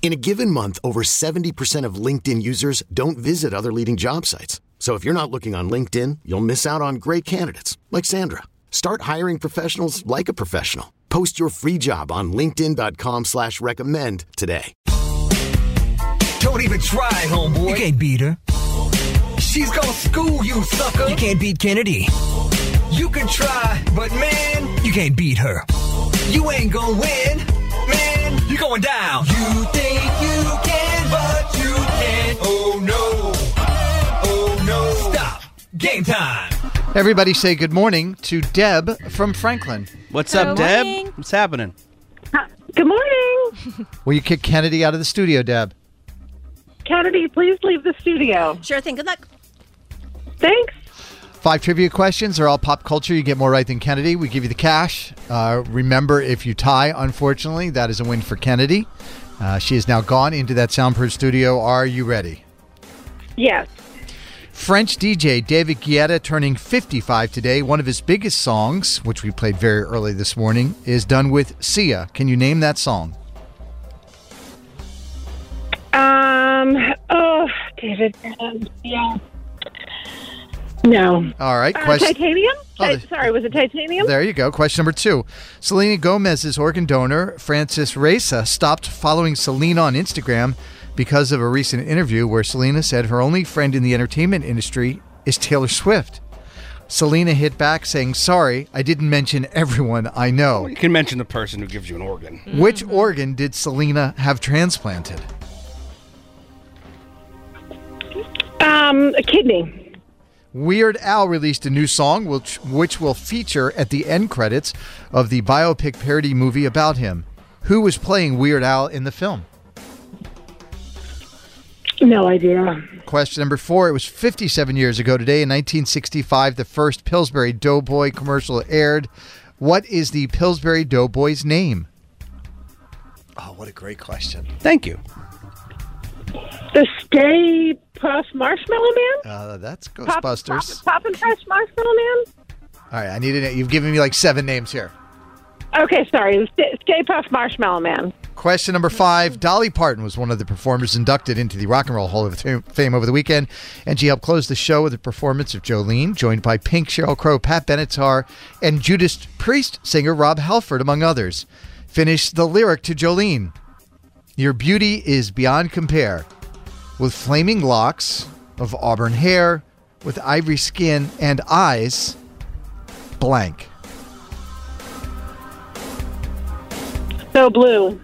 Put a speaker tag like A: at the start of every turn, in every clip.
A: In a given month, over 70% of LinkedIn users don't visit other leading job sites. So if you're not looking on LinkedIn, you'll miss out on great candidates like Sandra. Start hiring professionals like a professional. Post your free job on LinkedIn.com slash recommend today.
B: Don't even try, homeboy.
C: You can't beat her.
B: She's gonna school you, sucker.
C: You can't beat Kennedy.
B: You can try, but man,
C: You can't beat her.
B: you ain't gonna win. Man,
C: You're going down.
B: you think you can, but you can't. Oh no. Oh no. Stop.
C: Game time.
D: Everybody say good morning to Deb from Franklin.
E: What's up, Deb? What's happening?
F: Good morning.
D: Will you kick Kennedy out of the studio, Deb?
F: Kennedy, please leave the studio.
G: Sure thing. Good luck.
F: Thanks.
D: Five trivia questions are all pop culture. You get more right than Kennedy. We give you the cash. Uh, remember, if you tie, unfortunately, that is a win for Kennedy. Uh, she is now gone into that soundproof studio. Are you ready?
F: Yes.
D: French DJ David Guetta turning 55 today. One of his biggest songs, which we played very early this morning, is done with Sia. Can you name that song?
F: Um. Oh, David. um, yeah. No.
D: All right.
F: Uh,
D: question-
F: titanium?
D: Oh,
F: Ti-
D: the-
F: Sorry, was it titanium?
D: There you go. Question number two. Selena Gomez's organ donor, Francis Reza, stopped following Selena on Instagram because of a recent interview where Selena said her only friend in the entertainment industry is Taylor Swift. Selena hit back saying, Sorry, I didn't mention everyone I know.
E: You can mention the person who gives you an organ.
D: Which organ did Selena have transplanted?
F: Um, a kidney.
D: Weird Al released a new song, which, which will feature at the end credits of the biopic parody movie about him. Who was playing Weird Al in the film?
F: No idea.
D: Question number four. It was 57 years ago today in 1965, the first Pillsbury Doughboy commercial aired. What is the Pillsbury Doughboy's name?
E: Oh, what a great question. Thank you.
F: The Stay Puff Marshmallow Man.
D: Uh, that's
F: Pop-
D: Ghostbusters.
F: Pop, pop and Fresh Marshmallow Man.
D: All right, I need it. You've given me like seven names here.
F: Okay, sorry. the Stay, Stay Puff Marshmallow Man.
D: Question number five. Dolly Parton was one of the performers inducted into the Rock and Roll Hall of Fam- Fame over the weekend, and she helped close the show with a performance of Jolene, joined by Pink, Cheryl Crow, Pat Benatar, and Judas Priest singer Rob Halford, among others. Finish the lyric to Jolene Your beauty is beyond compare, with flaming locks of auburn hair, with ivory skin and eyes blank.
F: So blue.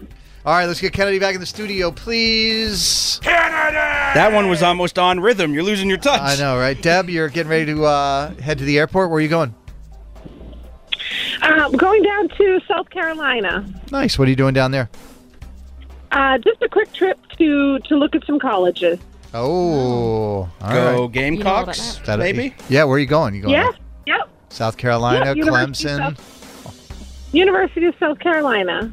D: All right, let's get Kennedy back in the studio, please.
E: That one was almost on rhythm. You're losing your touch.
D: I know, right? Deb, you're getting ready to uh, head to the airport. Where are you going?
F: Um, going down to South Carolina.
D: Nice. What are you doing down there?
F: Uh, just a quick trip to to look at some colleges.
D: Oh, all
E: Go
D: right. uh,
E: Gamecocks,
D: That'll-
E: maybe.
D: Yeah, where are you going? You going
F: Yeah.
D: to
F: Yep.
D: South Carolina,
F: Yep, University of
D: Clemson?
F: University of South Carolina.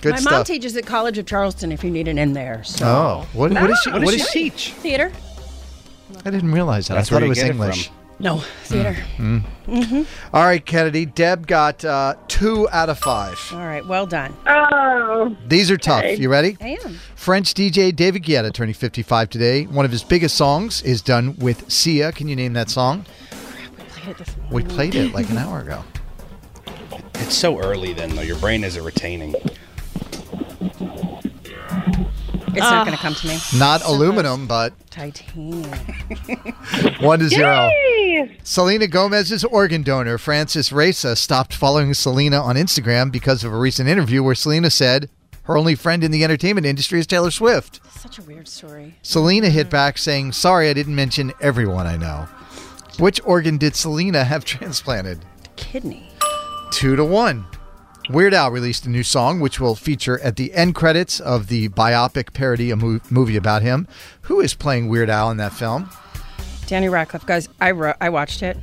D: Good
G: My
D: stuff.
G: mom teaches at College of Charleston if you need an in there. So.
D: oh, what, what is she? What is she?
E: teach?
G: Theater?
D: I didn't realize that.
E: That's
D: I thought
E: where
D: it
E: you
D: was
E: get it
D: English.
E: from.
G: No, theater.
D: all right, Kennedy. Deb got uh, two out of five.
G: All right, well done.
F: Oh,
D: These are tough. You ready?
G: I am.
D: French DJ David Guetta turning 55 today. One of his biggest songs is done with Sia. Can you name that song? We played it like an hour ago.
E: It's so early then, though. Your brain isn't retaining.
G: It's not going to come to me.
D: Not aluminum, but
G: Titanium.
D: one to zero.
F: Yay!
D: Selena Gomez's organ donor, Francis Reza, stopped following Selena on Instagram because of a recent interview where Selena said her only friend in the entertainment industry is Taylor Swift.
G: Such a weird story.
D: Selena hit back saying, Sorry, I didn't mention everyone I know. Which organ did Selena have transplanted?
G: Kidney.
D: Two to one. Weird Al released a new song, which will feature at the end credits of the biopic parody a mo- movie about him. Who is playing Weird Al in that film?
G: Danny Radcliffe, guys. I wrote. I watched it.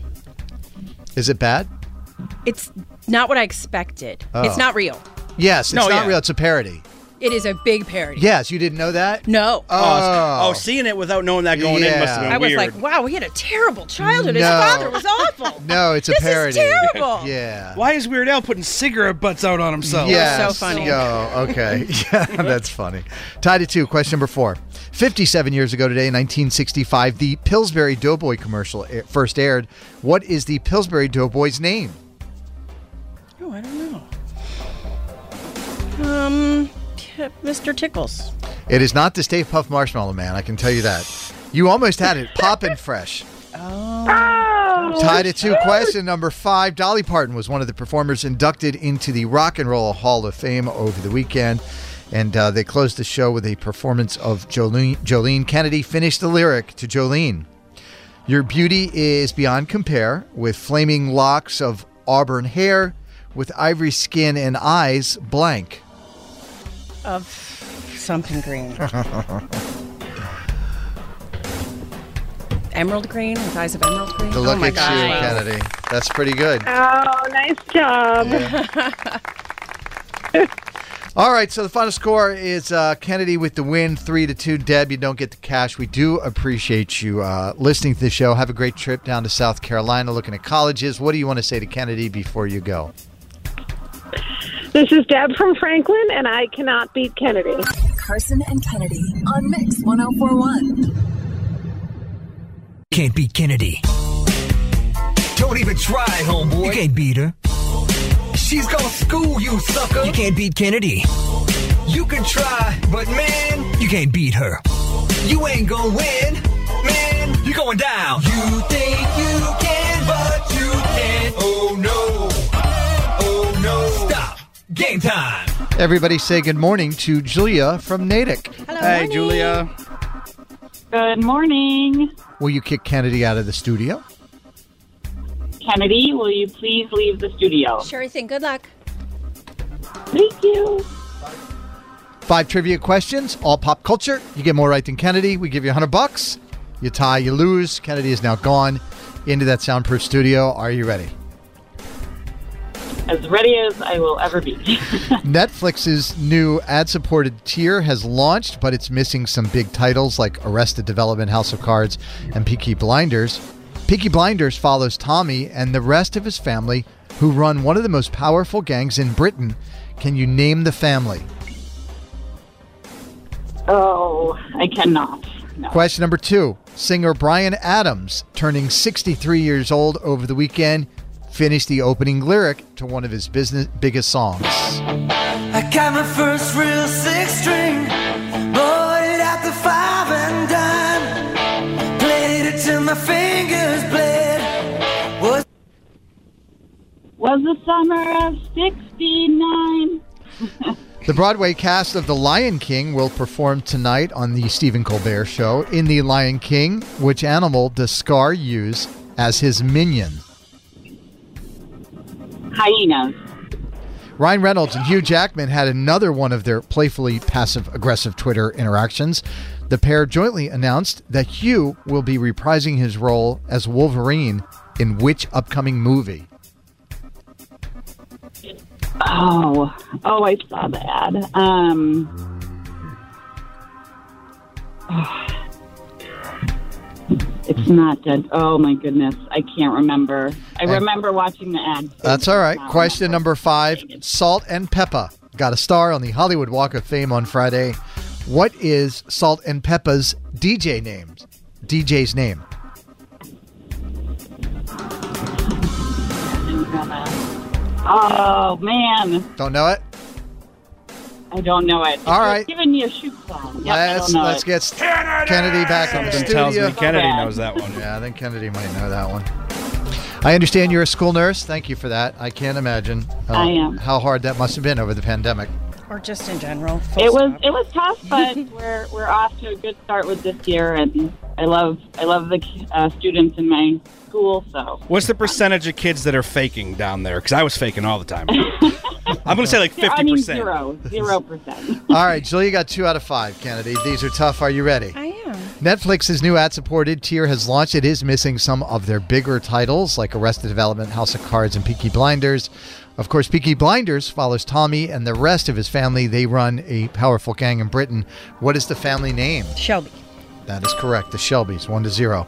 D: Is it bad?
G: It's not what I expected.
D: Oh.
G: It's not real.
D: Yes, it's
E: No,
D: not
E: yeah.
D: real. It's a parody.
G: It is a big parody.
D: Yes, you didn't know that?
G: No.
E: Oh, seeing it without knowing that going in must have been
D: Yeah.
G: I was
E: weird.
G: like, wow, he had a terrible childhood. His
D: No.
G: father was awful.
D: No, it's a
G: this
D: parody.
G: Is terrible.
D: Yeah.
E: Why is Weird Al putting cigarette butts out on himself?
D: Yeah.
G: so funny.
D: Yo, okay. Yeah, that's funny. Tied at two. Question number four. 57 years ago today, 1965, the Pillsbury Doughboy commercial a- first aired. What is the Pillsbury Doughboy's name?
G: Oh, I don't know. Um, K- Mr. Tickles.
D: It is not the Stay Puff Marshmallow Man, I can tell you that. You almost had it. Poppin' Fresh.
F: Oh,
D: Tied at two. Question number five. Dolly Parton was one of the performers inducted into the Rock and Roll Hall of Fame over the weekend. And uh, they closed the show with a performance of Jolene. Jolene Kennedy finished the lyric to Jolene. Your beauty is beyond compare, with flaming locks of auburn hair, with ivory skin and eyes blank.
G: Of something green. emerald green with eyes of emerald green.
D: The look
G: oh my
D: at
G: gosh.
D: you,
G: wow.
D: Kennedy. That's pretty good.
F: oh, nice job.
D: All right, so the final score is uh, Kennedy with the win, three to two. Deb, you don't get the cash. We do appreciate you uh, listening to the show. Have a great trip down to South Carolina, looking at colleges. What do you want to say to Kennedy before you go?
F: This is Deb from Franklin, and I cannot beat Kennedy.
H: Carson and Kennedy on Mix 1041.
C: Can't beat Kennedy.
B: Don't even try,
C: You
B: homeboy.
C: can't beat her.
B: She's gonna school you, sucker.
C: You can't beat Kennedy.
B: You can try, but man,
C: You can't beat her.
B: you ain't gonna win. Man,
C: You're going down.
B: you think you can, but you can't. Oh no. Oh no. Stop.
C: Game time.
D: Everybody say good morning to Julia from Natick.
E: hey, Julia.
F: Good morning.
D: Will you kick Kennedy out of the studio?
F: Kennedy, will you please leave the studio?
G: Sure thing. Good luck.
F: Thank you.
D: Five trivia questions, all pop culture. You get more right than Kennedy. We give you 100 bucks. You tie, you lose. Kennedy is now gone into that soundproof studio. Are you ready?
F: As ready as I will ever be.
D: Netflix's new ad supported tier has launched, but it's missing some big titles like Arrested Development, House of Cards, and Peaky Blinders. Peaky Blinders follows Tommy and the rest of his family who run one of the most powerful gangs in Britain. Can you name the family?
F: oh, I cannot. No.
D: Question number two Singer Brian Adams, turning 63 years old over the weekend, finished the opening lyric to one of his business biggest songs.
B: I got my first real six string, bought it at the five and dime, played it till my fingers bled. Was
F: Was the summer of 69.
D: The Broadway cast of The Lion King will perform tonight on the Stephen Colbert Show. In The Lion King, which animal does Scar use as his minion?
F: Hyenas.
D: Ryan Reynolds and Hugh Jackman had another one of their playfully passive aggressive Twitter interactions. The pair jointly announced that Hugh will be reprising his role as Wolverine in which upcoming movie?
F: Oh, oh, I saw the ad. Um, it's not dead. Oh my goodness, I can't remember. I remember watching the ad. Um,
D: That's all right. Question number five Salt and Peppa got a star on the Hollywood Walk of Fame on Friday. What is Salt and Peppa's DJ name? DJ's name.
F: Oh man,
D: Don't know it?
F: Oh, I don't know it.
D: All right.
F: It's Giving me a shoot clown. Yep, I
D: let's
F: don't know
D: let's
F: it.
D: get Kennedy back in the
E: Something
D: studio.
E: tells me Kennedy
F: bad.
E: knows that one.
D: Yeah, I think Kennedy might know that one. I understand you're a school nurse. Thank you for that. I can't imagine uh,
F: I am.
D: how hard that must have been over the pandemic.
G: Or just in general. full
F: It was
G: stop.
F: it was tough, but we're we're off to a good start with this year, and I love I love the uh, students in my school. So
E: What's the percentage of kids that are faking down there? Because I was faking all the time. I'm going to say like 50%.
F: I mean zero zero percent.
D: All right, Jill, you got two out of five, Kennedy. These are tough. Are you ready?
G: I am.
D: Netflix's new ad supported tier has launched. It is missing some of their bigger titles like Arrested Development, House of Cards, and Peaky Blinders. Of course, Peaky Blinders follows Tommy and the rest of his family. They run a powerful gang in Britain. What is the family name?
G: Shelby.
D: That is correct. The Shelbys, one to zero.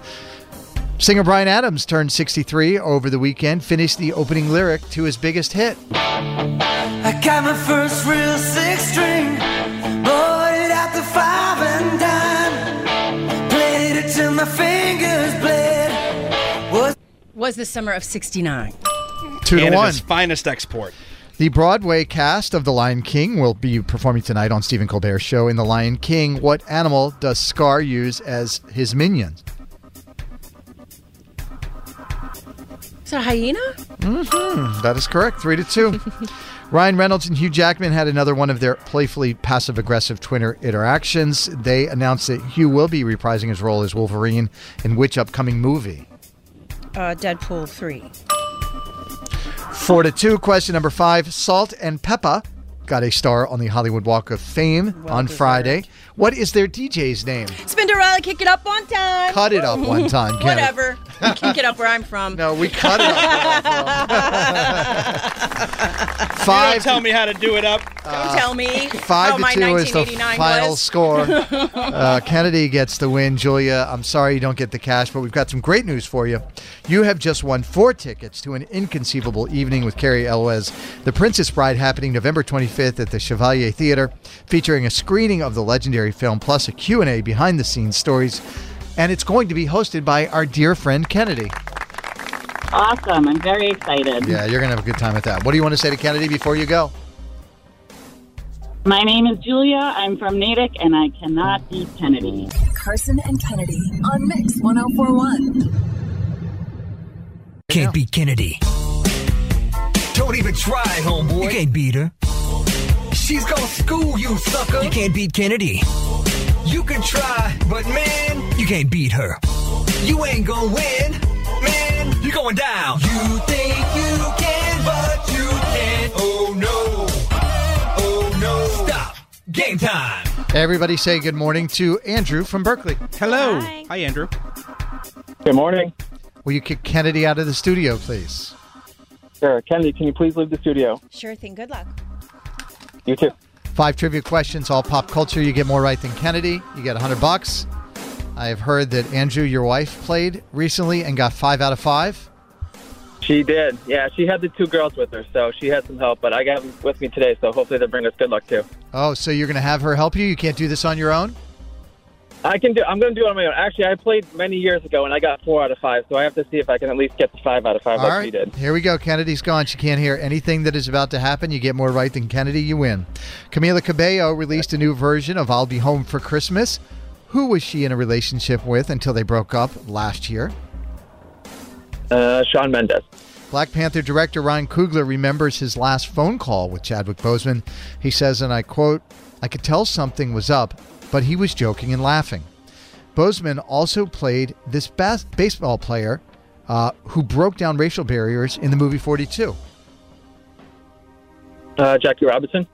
D: Singer Brian Adams turned 63 over the weekend, finished the opening lyric to his biggest hit.
B: I got my first real six string, bought it at the five and dime, played it till my fingers bled. Was
G: Was the summer of 69.
D: Two to one.
E: Canada's finest export.
D: The Broadway cast of The Lion King will be performing tonight on Stephen Colbert's show. In The Lion King, what animal does Scar use as his minions?
G: Is that a hyena?
D: Hmm, That is correct. Three to two. Ryan Reynolds and Hugh Jackman had another one of their playfully passive aggressive Twitter interactions. They announced that Hugh will be reprising his role as Wolverine in which upcoming movie?
G: Uh, Deadpool 3.
D: Four to two. Question number five. Salt and Peppa got a star on the Hollywood Walk of Fame on Friday. What is their DJ's name?
G: Spinderella, kick it up one time.
D: Cut it up one time, Kennedy.
G: Whatever. We kick it up where I'm from.
D: No, we cut it up.
E: You
D: five.
E: don't tell me how to do it up.
G: Don't tell me.
D: Five
G: how
D: to
G: my
D: two is the
G: 1989
D: final
G: was.
D: score. Uh, Kennedy gets the win. Julia, I'm sorry you don't get the cash, but we've got some great news for you. You have just won four tickets to an inconceivable evening with Carrie Elwes, The Princess Bride, happening November 25th at the Chevalier Theater, featuring a screening of the legendary film plus a Q&A behind-the-scenes stories, and it's going to be hosted by our dear friend Kennedy.
F: Awesome! I'm very excited.
D: Yeah, you're gonna have a good time with that. What do you want to say to Kennedy before you go?
F: My name is Julia. I'm from Natick, and I cannot beat Kennedy.
H: Carson and Kennedy on Mix 1041.
C: Can't beat Kennedy. Don't even try, homeboy. You can't beat her. She's gonna school you, sucker. You can't beat Kennedy. You can try, but man, you can't beat her. You ain't gonna win, man. You're going down. You think you can, but you can't. Oh no. Oh no. Stop. Game time.
D: Everybody say good morning to Andrew from Berkeley.
E: Hello. Hi, Andrew.
I: Good morning.
D: Will you kick Kennedy out of the studio, please?
I: Sure. Kennedy, can you please leave the studio?
G: Sure thing. Good luck.
I: You too.
D: Five trivia questions, all pop culture. You get more right than Kennedy. You get 100 bucks. I have heard that Andrew, your wife, played recently and got five out of five.
I: She did. Yeah, she had the two girls with her, so she had some help, but I got them with me today, so hopefully they'll bring us good luck too.
D: Oh, so you're going to have her help you? You can't do this on your own?
I: I can do I'm gonna do it on my own. Actually I played many years ago and I got four out of five, so I have to see if I can at least get to five out of five
D: All
I: like
D: right.
I: she did.
D: Here we go. Kennedy's gone. She can't hear anything that is about to happen. You get more right than Kennedy, you win. Camila Cabello released a new version of I'll Be Home for Christmas. Who was she in a relationship with until they broke up last year?
I: Uh Sean Mendes.
D: Black Panther director Ryan Coogler remembers his last phone call with Chadwick Boseman. He says, and I quote, I could tell something was up, but he was joking and laughing. Boseman also played this bas- baseball player uh, who broke down racial barriers in the movie 42.
I: Uh Jackie Robinson.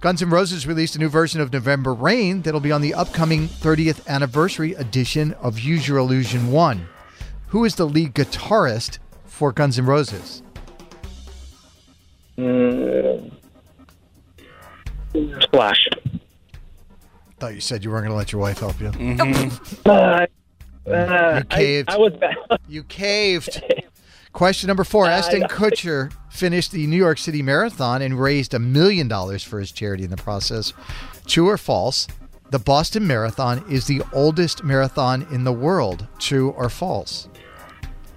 D: Guns N' Roses released a new version of November Rain that'll be on the upcoming 30th anniversary edition of Use Your Illusion 1. Who is the lead guitarist for Guns N' Roses?
I: Mm. Splash.
D: Thought you said you weren't going to let your wife help you.
I: Uh, uh, I,
D: caved.
I: I was bad. Uh,
D: You caved. Question number four. Ashton Kutcher finished the New York City Marathon and raised a million dollars for his charity in the process. True or false? The Boston Marathon is the oldest marathon in the world. True or false?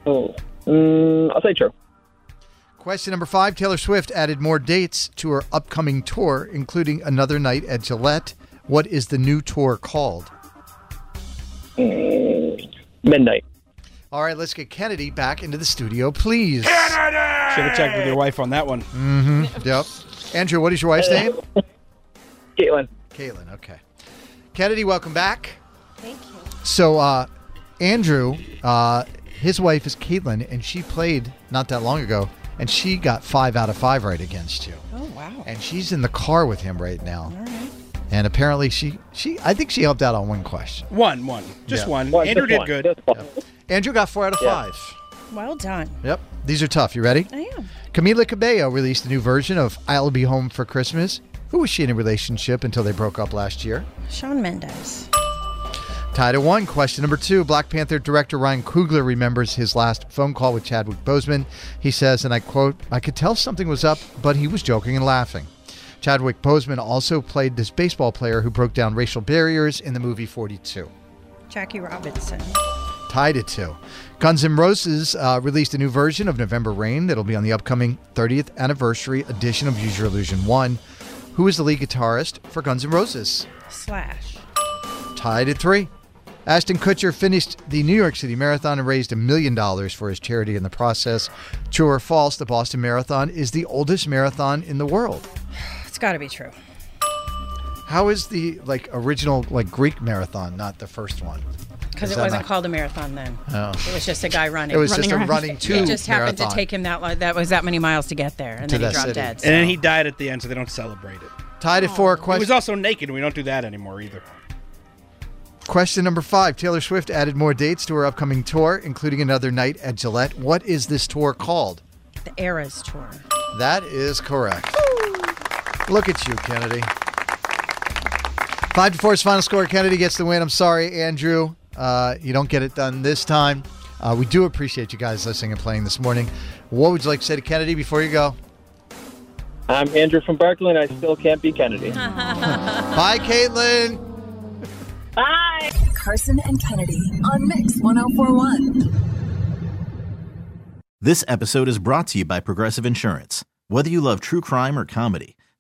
I: Oh. Mm, I'll say true.
D: Question number five Taylor Swift added more dates to her upcoming tour, including another night at Gillette. What is the new tour called?
I: Midnight.
D: All right, let's get Kennedy back into the studio, please.
E: Should have checked with your wife on that one.
D: hmm Yep. Andrew, what is your wife's name?
I: Caitlin.
D: Caitlin, okay. Kennedy, welcome back.
G: Thank you.
D: So, uh, Andrew, uh, his wife is Caitlin, and she played not that long ago, and she got five out of five right against you.
G: Oh, wow.
D: And she's in the car with him right now.
G: All right.
D: And apparently, she, she I think she helped out on one question.
E: One, one, just
D: Yeah.
E: one.
D: One,
E: Andrew
D: just
E: did
D: one,
E: good.
D: Andrew got four out of
E: Yeah.
D: five.
G: Well done.
D: Yep. These are tough. You ready?
G: I am.
D: Camila Cabello released a new version of I'll Be Home for Christmas. Who was she in a relationship until they broke up last year?
G: Sean Mendez.
D: Tied at one. Question number two. Black Panther director Ryan Coogler remembers his last phone call with Chadwick Boseman. He says, and I quote, I could tell something was up, but he was joking and laughing. Chadwick Boseman also played this baseball player who broke down racial barriers in the movie 42.
G: Jackie Robinson.
D: tied it to. Guns N' Roses uh, released a new version of November Rain that'll be on the upcoming 30th anniversary edition of Use Your Illusion 1. Who is the lead guitarist for Guns N' Roses?
G: Slash.
D: Tied at three. Ashton Kutcher finished the New York City Marathon and raised a million dollars for his charity in the process. True or false, the Boston Marathon is the oldest marathon in the world.
G: It's got to be true.
D: How is the like original like Greek marathon not the first one?
G: Because
D: Is
G: it
D: that
G: wasn't
D: not-
G: called a marathon then.
D: Oh.
G: It was just a guy running.
D: It was just Running a around. running
G: It
D: to
G: just happened to
D: marathon.
G: take him that long. That was that many miles to get there, and
D: To
G: then he
D: that
G: dropped
D: city.
G: dead.
E: And then
G: so-
E: he died at the end, so they don't celebrate it.
D: Tied at four.
E: He
D: Question.
E: Oh. was also naked. and We don't do that anymore either.
D: Question number five Taylor Swift added more dates to her upcoming tour, including another night at Gillette. What is this tour called?
G: the Eras tour.
D: That is correct. Look at you, Kennedy. Five to four's final score. Kennedy gets the win. I'm sorry, Andrew. Uh, you don't get it done this time. Uh, we do appreciate you guys listening and playing this morning. What would you like to say to Kennedy before you go?
I: I'm Andrew from Berkeley, and I still can't be Kennedy.
D: Bye, Caitlin.
H: Bye. Carson and Kennedy on Mix 1041.
J: This episode is brought to you by Progressive Insurance. Whether you love true crime or comedy,